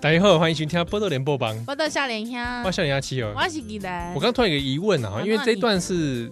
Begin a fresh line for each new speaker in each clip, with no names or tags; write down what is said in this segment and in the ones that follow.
大家好，欢迎收听《波多联播帮》，
我到笑脸乡
我，笑脸阿七哦。
我是记得
我刚突然有一个疑问啊，
啊
因为这一段是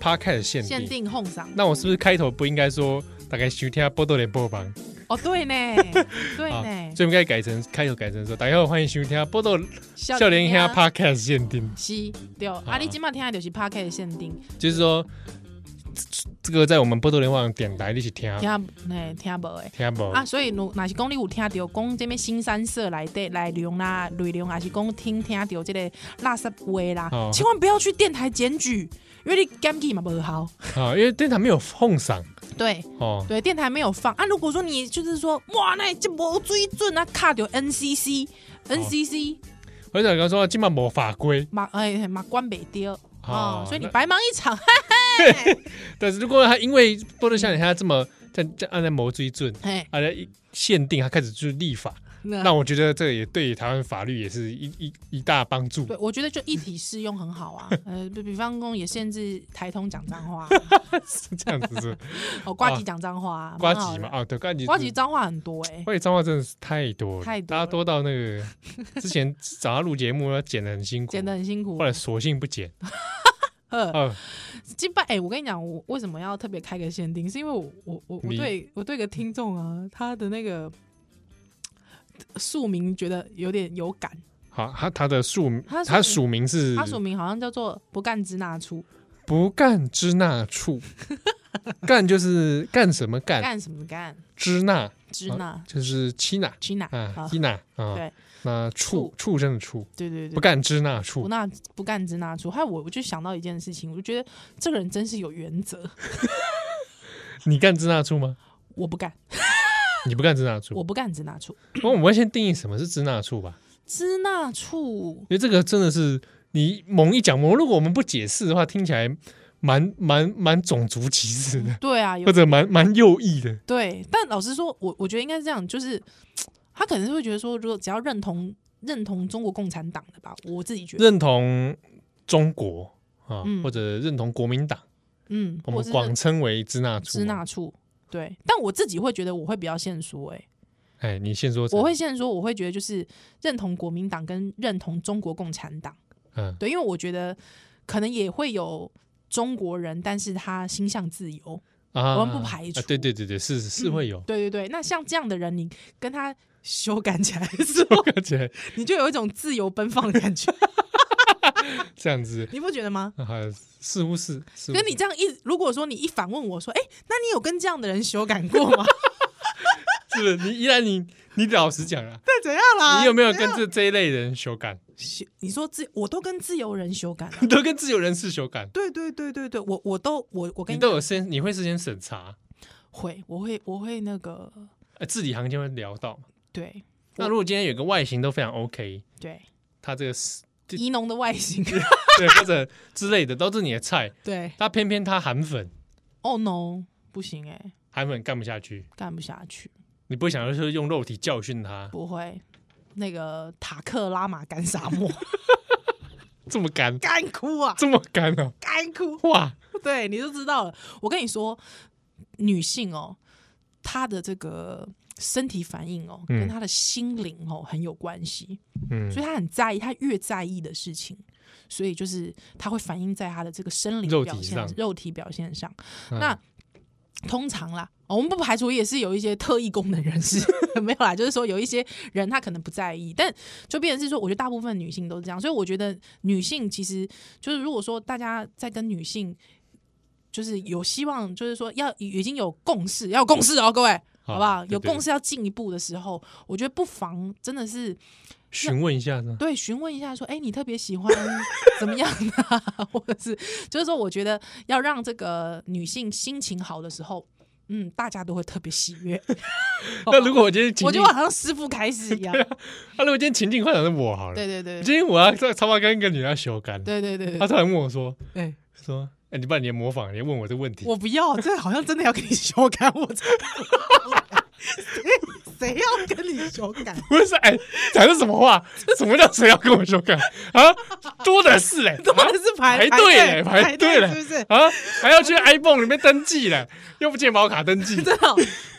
podcast 限定，
限定哄上。
那我是不是开头不应该说大概收听《波多联播帮》，
哦，对 呢，对呢，
所以我们应该改成开头改成说大家好，欢迎收听《波多笑脸
乡
下 podcast 限定》，
是，对，
啊
啊，你今麦听的就是 p a r k 的限定，
就是说这个在我们波多联网点台一起听，啊
听嘿听无诶。
听不？
啊，所以如若是讲你有听到讲这边新三社来的内容啦、内容，还是讲听听到这个垃圾话啦，
哦
千万不要去电台检举，因为你检举嘛不好。
哦好，因为电台没有奉上
对
哦，
对，电台没有放啊。如果说你就是说，哇，那这无水准啊，卡掉
哦
NCC。NCC
我想刚说今晚没法规，
嘛哎嘛关北丢
哦
啊，所以你
那
白忙一场，
但是如果他因为波多笑脸下这么这这按在某追准。
嘿，
啊，一限定，他开始就是立法，那
那
我觉得这也对台湾法律也是一一一大帮助
对，我觉得就一体适用很好 啊。呃，比比方说也限制台通讲脏话，
是 这样子是
哦，瓜吉讲脏话，
瓜
蛮好
吉
的
嘛，，啊，对，瓜吉，
瓜吉，脏话很多哎，
瓜吉脏话真的是太多了，
太多
大家多到那个之前找他录节目要剪的很辛苦，
剪得很辛苦
后。来索性不 剪，
呃，
啊，
金拜哎，我跟你讲，我为什么要特别开个限定，是因为我我我我
你
对我对个听众啊，他的那个宿名觉得有点有感，
好，他他的署名
他，
他
署
署名是
他署名好像叫做不干支那出，
不干支那 处，干就是干什么干，哦
干什么干
支那
支那
就是妻那
支那
啊
啊，，
伊那啊
对，
那畜畜生的畜，
对对对
不，干支那处
不。那不干支那出，还有我我就想到一件事情，我就觉得这个人真是有原则，
你干支那处吗？
我不干，
你不干支那处？
我不干支那处，
那我们先定义什么是支那处吧，
支那处
因为这个真的是你猛一讲，如果我们不解释的话，听起来蛮蛮蛮种族歧视的，
对啊，有
或者蛮蛮右翼的。
对，但老实说，我我觉得应该是这样，就是他可能是会觉得说，如果只要认同认同中国共产党的吧，我自己觉得，
认同中国啊，
嗯
或者认同国民党，
嗯，
我
或
们
是
广称为支那处。
支那，处，对，但我自己会觉得我会比较现说、欸，
哎，你先说。
我会现说，我会觉得就是认同国民党跟认同中国共产党。
嗯，
对，因为我觉得可能也会有中国人，但是他心向自由。
啊
我们不排除嗯
啊对对对对，是是是会 有。
对对对，那像这样的人，你跟他修改起来的时候，
看起来
你就有一种自由奔放的感觉，
这样子，
你不觉得吗？
啊，似乎是。似乎
跟你
是
这样一，如果说你一反问我说，哎，那你有跟这样的人修改过吗？
是不是你依然你你老实讲啊，
那怎样啦？
你有没有
啊
跟这这一类人修改？
修？你说自，我都跟自由人修改了。
你都跟自由人士修改？
对对对对对，我我都我我跟
你
你
都有先，你会事先审查，
会，我会我会那个，
呃，字里行间会聊到嘛。
对
那如果今天有个外形都非常 OK，
对，
他这个是就
宜农的外 形，
对或者之类的都是你的菜，
对
他偏偏他韩粉，
，Oh no，不行哎、
韩粉干不下去，
干不下去。
你不会想要说用肉体教训他
不会，那个塔克拉玛 干沙漠，
这么干，
干哭啊，
这么干哦，
干哭，
哇，
对，你就知道了。我跟你说，女性哦，她的这个身体反应哦，
嗯
跟她的心灵哦很有关系，
嗯，
所以她很在意，她越在意的事情。所以就是她会反映在她的这个生理
肉体
表现
上、
肉体表现上。
嗯
那通常啦、哦我们不排除也是有一些特异功能人士， 没有啦，就是说有一些人他可能不在意，但就变成是说，我觉得大部分女性都是这样，所以我觉得女性其实就是如果说大家在跟女性。就是有希望，就是说要已经有共识，要有共识哦，各位，好不好？有共
识，
识要进一步的时候，我觉得不妨真的是
询问一下呢，
对，询问一下说，哎、你特别喜欢怎么样的、啊， 或者是就是说，我觉得要让这个女性心情好的时候，嗯，大家都会特别喜悦。
那如果我今天情
哦我
境
就，好像师傅开始一样，
那如果今天情境换成是我好了，
对对对
今天我要在超话跟一个女人要修改，
对对对
他
对，
突然问我说
哎，
说，哎，你把你的模仿，你问我这个问题，
我不要，这好像真的要跟你修改，我才谁谁要跟你修改？
不是，哎、讲的什么话？什么叫谁要跟我修改啊？多的是嘞、啊
怎么 是排
排队嘞
队
排队
队
嘞
是不是？
啊，还要去 iPhone 里面登记嘞，用健保卡登 记。
真的哦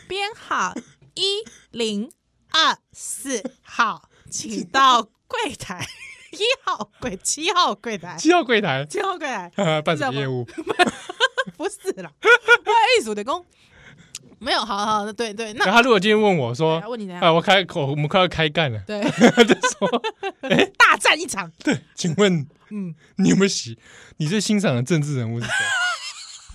编号一零二四号，请到柜台一号柜、七号柜台、
七号柜台
七号柜台，
呵啊呵办什么业务？
不是啦，我艺术的工没有，好好的，对对，那
然后他如果今天问我
对啊
说
问你怎：“样？
哎，我开口，我们快要开干了。”
对，
他就 说哎
大战一场，：“
请问
嗯，
你有没有喜？你最欣赏的政治人物是 谁？”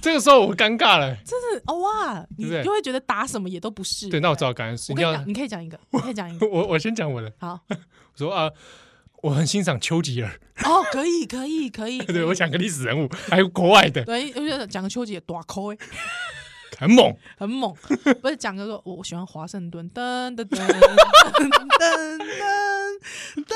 这个时候我尴尬了。
真是哦哇，你
对不对
就会觉得打什么也都不是。
对，那我只好感恩。
我
一定
跟你
要
讲，你可以讲一 个，你可以讲一个，
我我先讲我的，
好，
我说啊，我很欣赏丘吉 尔，
哦，可以，可以，可以，可 以
对我讲个历史人物，还有国外的，
对，我觉得讲个丘吉尔短扣哎，
很猛。
很猛。不是讲个说，我我喜欢华盛顿，噔噔噔噔噔噔噔噔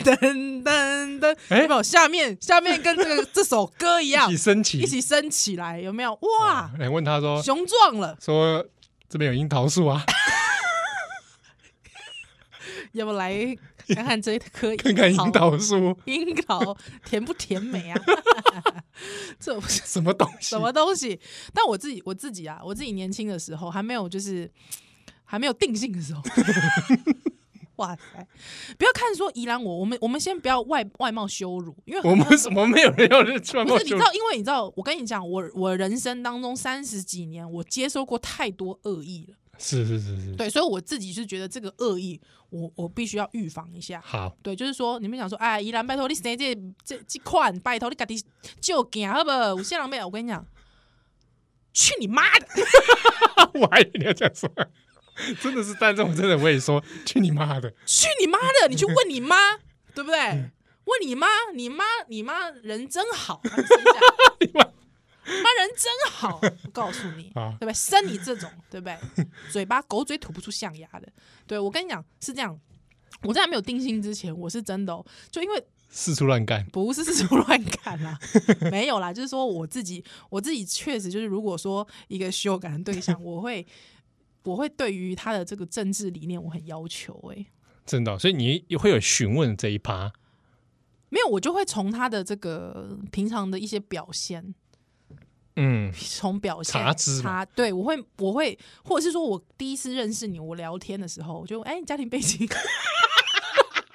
噔噔。
哎
有没有？下面下面跟这个这首歌一样
一起，升旗，
一起升起来，有没有？哇，
来问他说
雄壮了，
说这边有樱桃树啊，
要不来看看这棵
看看樱
樱桃，
桃树
樱桃甜不甜美 啊？ 这不是
什么东西
什，么东西？但我自己我自己啊，我自己年轻的时候还没有就是还没有定性的时候， 哇塞！不要看说宜兰我我们我们先不要外外貌羞辱，因为很
我们什么没有人要穿
不
过
是你
去
知，道，因为你知道，我跟你讲，我我人生当中三十几年，我接受过太多恶意了，
是是是是，
对，所以我自己是觉得这个恶意，我我必须要预防一下。
好，
对，就是说，你们想说，哎，宜兰，拜托你生这这这款，拜托你家己就行好不好？有些人没有，我跟你讲，去你妈的！
我还以为你要这样说，真的是，但这种真的我也说，去你妈的，
去你妈 的！你去问你妈，对不对？
嗯
问你妈，你妈，你妈人真 好，他们心想
你妈啊
你妈人真好，我告诉 你，
好
对不对？生你这种，对不对？嘴巴狗嘴吐不出象牙的，对我跟你讲是这样。我在还没有定性之前，我是真的、哦，就因为
四处乱干，
不是是处乱砍 啦，没有啦，就是说我自己，我自己确实就是，如果说一个修改的 对象，我会，我会对于他的这个政治理念我很要求、欸，
真的哦，所以你会有询问这一趴，
没有，我就会从他的这个平常的一些表现，
嗯，
从表现
察知嘛
察对我会，我会，或者是说我第一次认识你，我聊天的时候，我就哎，你家庭背景，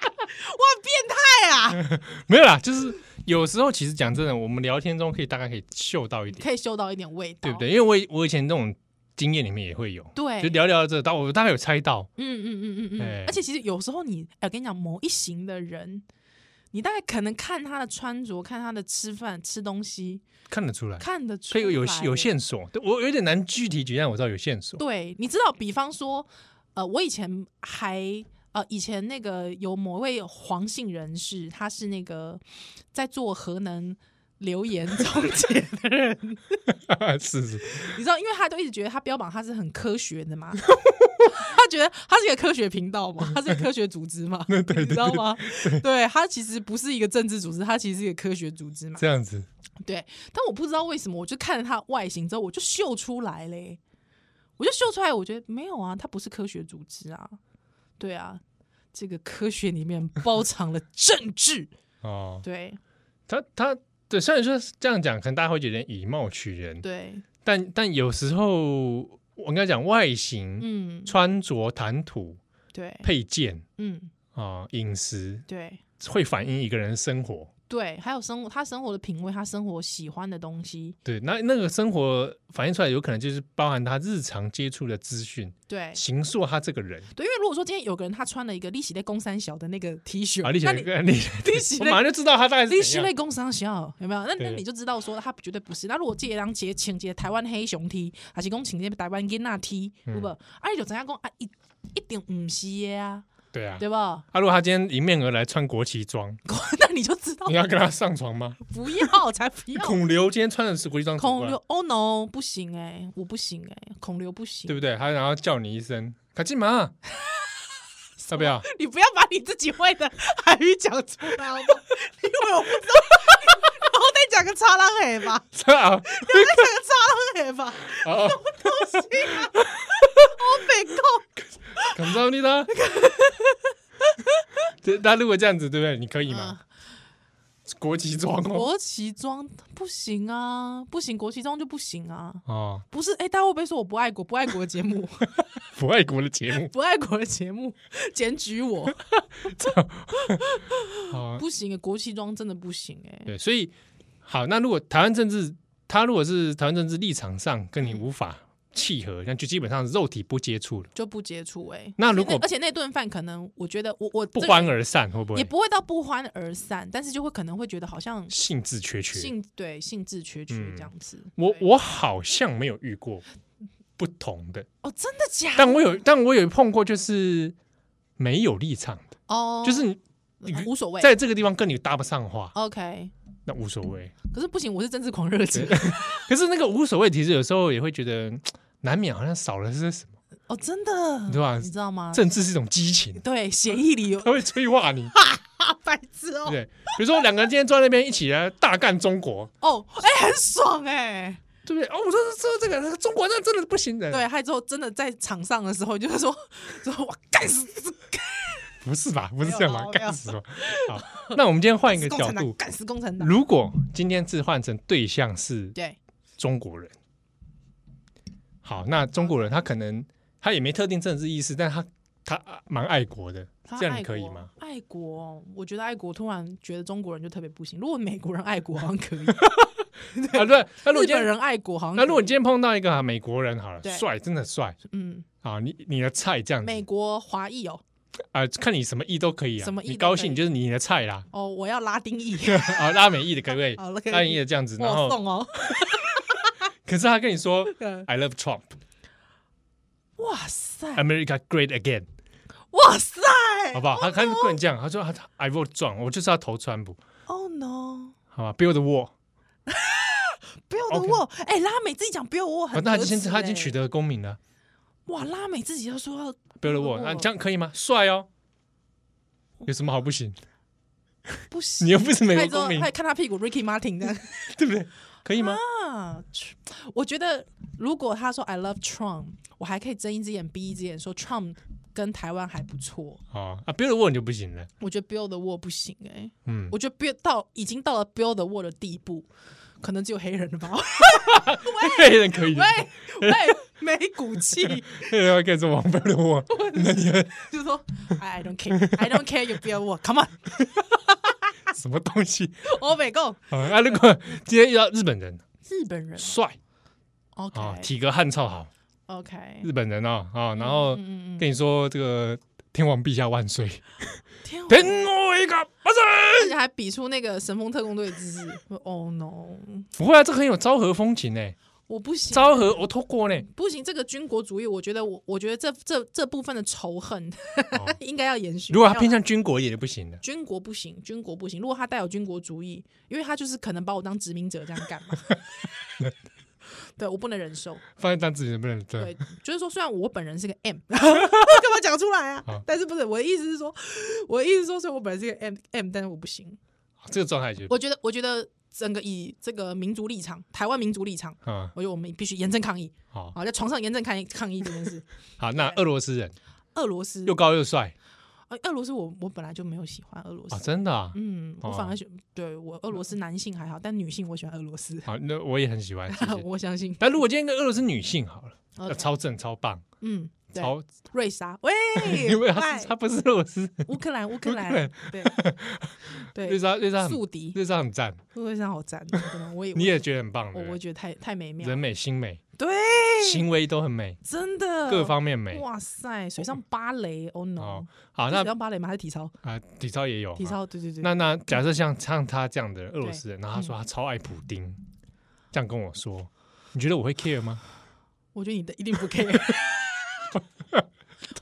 哇，变态啊！
没有啦，就是有时候其实讲真的，我们聊天中可以大概可以嗅到一点，
可以嗅到一点味道，
对不？对？因为我以我以前这种经验里面也会有，
对
就聊聊这，但我大概有猜到，
嗯嗯嗯嗯
哎
嗯。而且其实有时候你，哎，我跟你讲，某一型的人，你大概可能看他的穿着，看他的吃饭、吃东西，
看得出来，
看得出
所
来，
以有有线索，对我有点难具体举例，但我知道有线索。
对，你知道，比方说，呃，我以前还呃，以前那个有某位黄姓人士，他是那个在做核能留言中介的人，
是是，
你知道，因为他都一直觉得他标榜他是很科学的嘛。 他觉得他是一个科学频道嘛，他是一个科学组织嘛，你知道吗？对，他其实不是一个政治组织，他其实是一个科学组织嘛。
这样子，
对，但我不知道为什么，我就看了他外形之后，我就秀出来嘞，我就秀出来，我觉得没有啊，他不是科学组织啊，对啊，这个科学里面 包藏了政治，
哦，
对
他他对，虽然说是这样讲，可能大家会觉得以貌取人，
对，
但但有时候我跟他讲外形、
嗯，
穿着、谈吐、
对，
配件
嗯，
啊、饮食，
对
会反映一个人的生活。
对，还有生活，他生活的品味，他生活喜欢的东西，
对，那那个生活反映出来，有可能就是包含他日常接触的资讯，
对。
形塑他这个人
对，因为如果说今天有个人他穿了一个利息类工三小的那个 T 恤，
啊。你
那
想
你
你，
利 息
我
类
马上就知道他大概是
利
怎
息
样
类工商小有没有？那那
对
你就知道说他绝对不是。那如果这人节请节台湾黑熊踢，还是讲请这台湾囡仔踢，
嗯
对不？啊，你就知影讲啊，一一定不是的啊，
对啊。
对不？
啊，如果他今天迎面而来穿国旗 装，
那你就知道
你要跟他上床吗？
不要才不 要。
孔刘今天穿的是国际装，
孔刘，Oh no，不行哎、我不行哎、孔刘不行，
对不对？他然后叫你一 声卡进嘛，要不要？
你不要把你自己会的韩语讲出来好 吗？因为我不知道，然后再讲个叉浪嘿吧，
是啊，
再讲个叉浪嘿吧，
哦，
东西 啊，我被啊控。
感谢你 啦。这那如果这样子，对不对？你可以吗？国旗装哦。
啊国旗装不行啊，不行，国旗装就不行啊。
哦，
不是，哎、大家会不会说我不爱国？不爱国的 节目，
不爱国的节目
不爱国的节目检举我，
啊，
不行、国旗装真的不行、哎，
对，所以好，那如果台湾政治，他如果是台湾政治立场上跟你无法契合，那就基本上肉体不接触了，
就不接触、哎，
那如果
而且而且那顿饭可能，我觉得我我
不
这个
欢而散，会不会
也不会到不欢而散，但是就会可能会觉得好像
兴致缺缺？
兴对兴致缺缺
嗯
这样子。
我
对
我好像没有遇过不同的，
哦，真的假的？
但我有，但我有碰过，就是没有立场的，
哦，
就是你你
无所谓。
在这个地方跟你搭不上话，
OK，
那无所谓。
可是不行，我是政治狂热者。
可是那个无所谓，其实有时候也会觉得嗯难免好像少了些什么。
哦，真的，
对吧
你知道吗？
政治是一种激情，
对，协议里有
它会催化 你，
大白
对
痴
不
哦，
对？比如说两个人今天坐在那边一起来大干中国，
哦，哎、很爽哎、
对不对？哦，我说说这个这个中国那真的不行的，
对，，还之后真的在场上的时候，就是说， 说我干死
不是吧？不是这样吧
没有？啦
干死吧！好，那我们今天换一
死
个
共
角
产党，
度，
干死共产党。
如果今天置换成对象是
对，
中国人。好，那中国人他可能他也没特定政治意识，但他他啊蛮爱国的，
他
这样
爱
你可以
国
吗？？
爱国哦，我觉得爱国，突然觉得中国人就特别不行。如果美国人爱国，好像可以；
啊，对， 那如果今
日本
天
人爱国，好像可以
那如果你今天碰到一个啊美国人好了，
对
帅，真的帅
嗯，
啊，你你的菜这样子
美国华裔哦，
啊，看你什么意都可以啊，
什么意
你
都
高
可
兴
以
就是你的菜啦
哦，我要拉丁裔，
啊，拉美裔的可不可以？
好了，可
拉美裔
以，
的这样子， 然
我
后
送哦。
可是他跟你说
对
I love Trump,
哇塞，
America great again，
哇塞
嗯好不好？他他不能这样，他说他 I vote Trump，我就是要投川普，
，Oh no！
好吧？Build the wall。
不要等我，哎，拉美自己讲不要我，
啊
很
那他
可
已经
耻
他已经
欸
取得公民了
哇，拉美自己都说要
，Bill
Bill
w 那
Wall
啊这样可以吗？帅哦，有什么好不行？
不行，
你又不是美
他
国
也说
公民
他，也看他屁股 Ricky Martin 这样
对不对？可以吗？
啊。我觉得如果他说 I love Trump，我还可以睁一只眼闭一只眼说 Trump 跟台湾还不错。
哦啊，Bill w 你就不行了，
我觉得 Build the Wall 不行哎、
嗯，
我觉得 Build 到已经到了 Build the Wall 的地步，可能只有黑 人了吧。
黑人可以，
喂喂，没骨气，
黑人 可以做王 Bill w 那你们
就说 I I don't care，I don't care you build wall，come on，
什么东西
o v e go，
啊？啊如 果今天遇到日本人，
日本人
帅
，OK
啊，体格汉超好，
OK，
日本人啊啊，然后
嗯嗯嗯，
跟你说这个天皇陛下万岁，
天啊，
天皇一个万岁，
而且还比出那个神风特工队的姿势。oh no，
不会啊，这个很有昭和风情呢，
我不行，
昭和我透过呢，
不行，这个军国主义，我觉得我我觉得这这这部分的仇恨、
哦
应该要延续。
如果他
没有
偏向军国一点就不行了。
军国不行，军国不行。如果他带有军国主义，因为他就是可能把我当殖民者这样干嘛。 对我不能忍受，
放在单子里能不能对
对，就是说，虽然我本人是个 M，干嘛讲出来
好
啊？但是不是我的意思是说，我的意思是说，虽然我本人是个 M M，但是我不行。
这个状态就
我觉得，我觉得整个以这个民族立场，台湾民族立场，
啊、
我觉得我们必须严正抗议
好
啊，在床上严正抗议抗议这件事。
好，那俄罗斯人
俄罗斯
又，高又帅
呃俄罗斯我我本来就没有喜欢俄罗
啊，
斯，
真的啊，
嗯，我反
哦
而喜对我俄罗斯男性还好，但女性我喜欢俄罗斯，
好，啊那我也很喜欢。谢谢
我相信。
那如果今天跟俄罗斯女性好 了， 那
OK，
超正超棒，
嗯，对，
超，
瑞莎，喂
因为她
嗨
是她不是俄罗斯，
乌克兰，乌克
乌克
兰
兰， 瑞
对对，
莎瑞莎很
宿敌，
瑞莎很赞，
瑞莎好赞，真的我 也
你也觉得很棒，
我
对不
我
对
觉得太太美妙了
人，美心美，
对，
行为都很美，
真的
各方面美。
哇塞，水上芭蕾，Oh
哦
no，，
好，
是
那
水上芭蕾吗？还是体操？
啊，体操也有
体
啊。
操，对对对，嗯
那那假设像像他这样的俄罗斯人，然后他说他超爱普丁，这样跟我说，你觉得我会 care 吗？
我觉得你的一定不 care。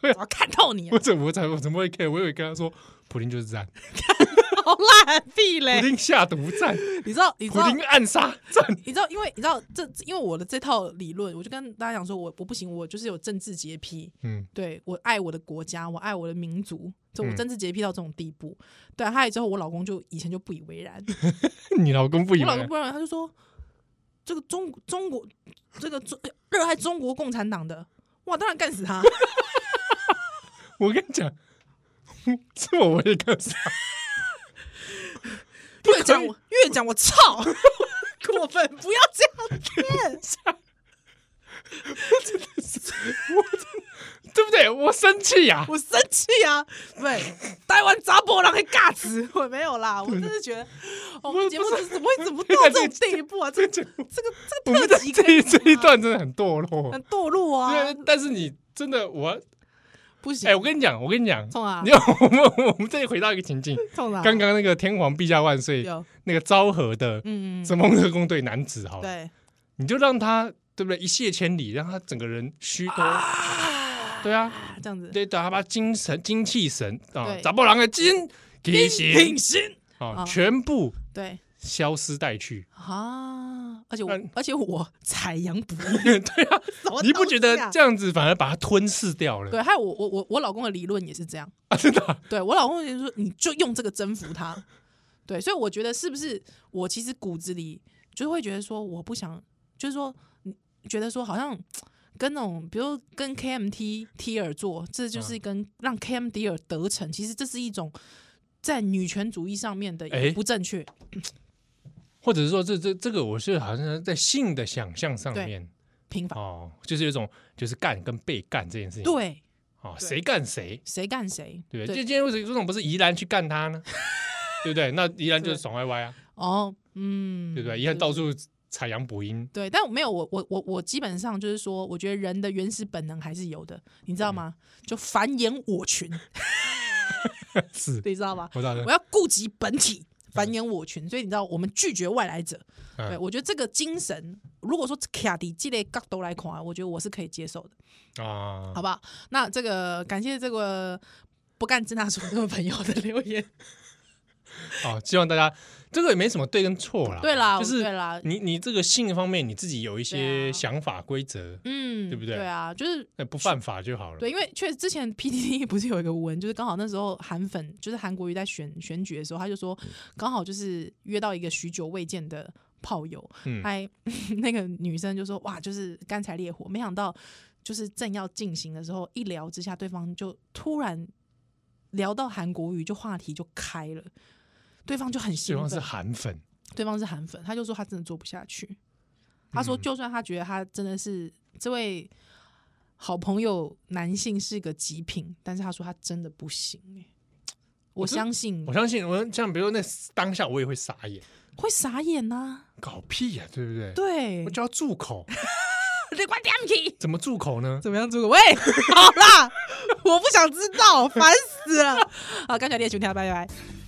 我要看透你、啊
我，怎么我怎么怎么会 care？我以为跟他说普丁就是赞，
好烂屁
普
嘞！
丁下毒赞，
你知道，你知
普
道，
丁暗杀 赞。
你知道，因为你知道这，因为我的这套理论，我就跟大家讲说，我我不行，我就是有政治洁癖，
嗯，
对我爱我的国家，我爱我的民族，就我
嗯
政治洁癖到这种地步。对，还有之后，我老公就以前就不以为然，
你老公不以为
我老公
然
不然他就说，这个中中国这个中热爱中国共产党的，哇，当然干死 他。
我跟你讲，这我我也干啥？
越讲我越讲我操， 过分！不要这样念，
对不对？我生气呀、
我生气啊！对，台湾砸波浪还尬词，我没有啦，我真是觉得，我们节目怎么会 怎么到这种地步啊？这个这个这
我
个
们
特
这
辑可
这
以
一这一
吗
段真的很堕落。
很堕落啊
对，，但是你真的我，
不
哎、
行，
我跟你讲，我跟你讲，
冲啊
你， 我们我们这里回到一个情境，
冲啊！
刚刚那个天皇陛下万岁，
有，
那个昭和的
嗯嗯嗯，
神风特工队男子，好了，
对，
你就让他对不对一泻千里，让他整个人虚脱，对啊，
啊这样子，
对，打他把精神精气神啊，
对
杂波狼的精提醒
心，
啊，
啊
全部
对
消失殆 去。
啊，而且我
那
而且我采阳补 阴，
对啊，
什么
嗯你不觉得
东西啊
这样子反而把它吞噬掉了？
对，还有我我我我老公的理论也是这样，
啊，真的啊
对我老公就说你就用这个征服他， 对，所以我觉得是不是我其实骨子里就会觉得说我不想，就是说嗯觉得说好像跟那种比如说跟 KMT 提尔做，这就是
嗯
跟让 KMT 尔得逞，其实这是一种在女权主义上面的
哎
不正确，
或者是说这这这个，我是好像在性的想象上
对
面
平反，
哦，就是有一种就是干跟被干这件事情，
对，
啊，
对
谁干谁，
谁干谁，
对不对？就今天为什么为什么不是宜兰去干他 呢？对不对？那宜兰就是爽歪歪啊，
哦，嗯，
对不对？宜兰到处采阳补阴，
对，但没有我我我我基本上就是说，我觉得人的原始本能还是有的，你
嗯
知道吗？就繁衍我群，
是，
你知道 吗？
我道了
嗯我要顾及本体，繁衍我群，所以你知道我们拒绝外来者。
嗯
对我觉得这个精神，如果说卡迪这类角度来看啊，我觉得我是可以接受的，
啊
好，不好？那这个感谢这个不干支那所这位朋友的留 言。
哦，希望大家这个也没什么对跟错啦，
对啊啦，
就
对
是
啦，
你你这个性方面你自己有一
对啊
些想法规则，
嗯，
对不对
对啊，就是
那不犯法就好了。
对，因为确实之前 PTT 不是有一个文，就是刚好那时候韩粉，就是韩国瑜在选选举的时候，他就说
嗯
刚好就是约到一个许久未见的炮友，
嗯
还 那个女生就说哇，就是干柴烈火，没想到就是正要进行的时候，一聊之下，对方就突然聊到韩国瑜，就话题就开了，对方就很
对
兴
方
奋，
是韩粉，
对方是韩粉，他就说他真的做不下去。他说，
嗯
就算他觉得他真的是这位好朋友男性是个极品，但是他说他真的不行、欸、我
真
相信
我相信我像比如说那当下我也会傻眼，
会傻眼呐、
搞屁呀、对不对？
对
我，就要住口，
你快点去。
怎么住口呢？
怎么样，诸葛？喂，好啦，我不想知道，烦死了。好，刚才列群条，拜拜。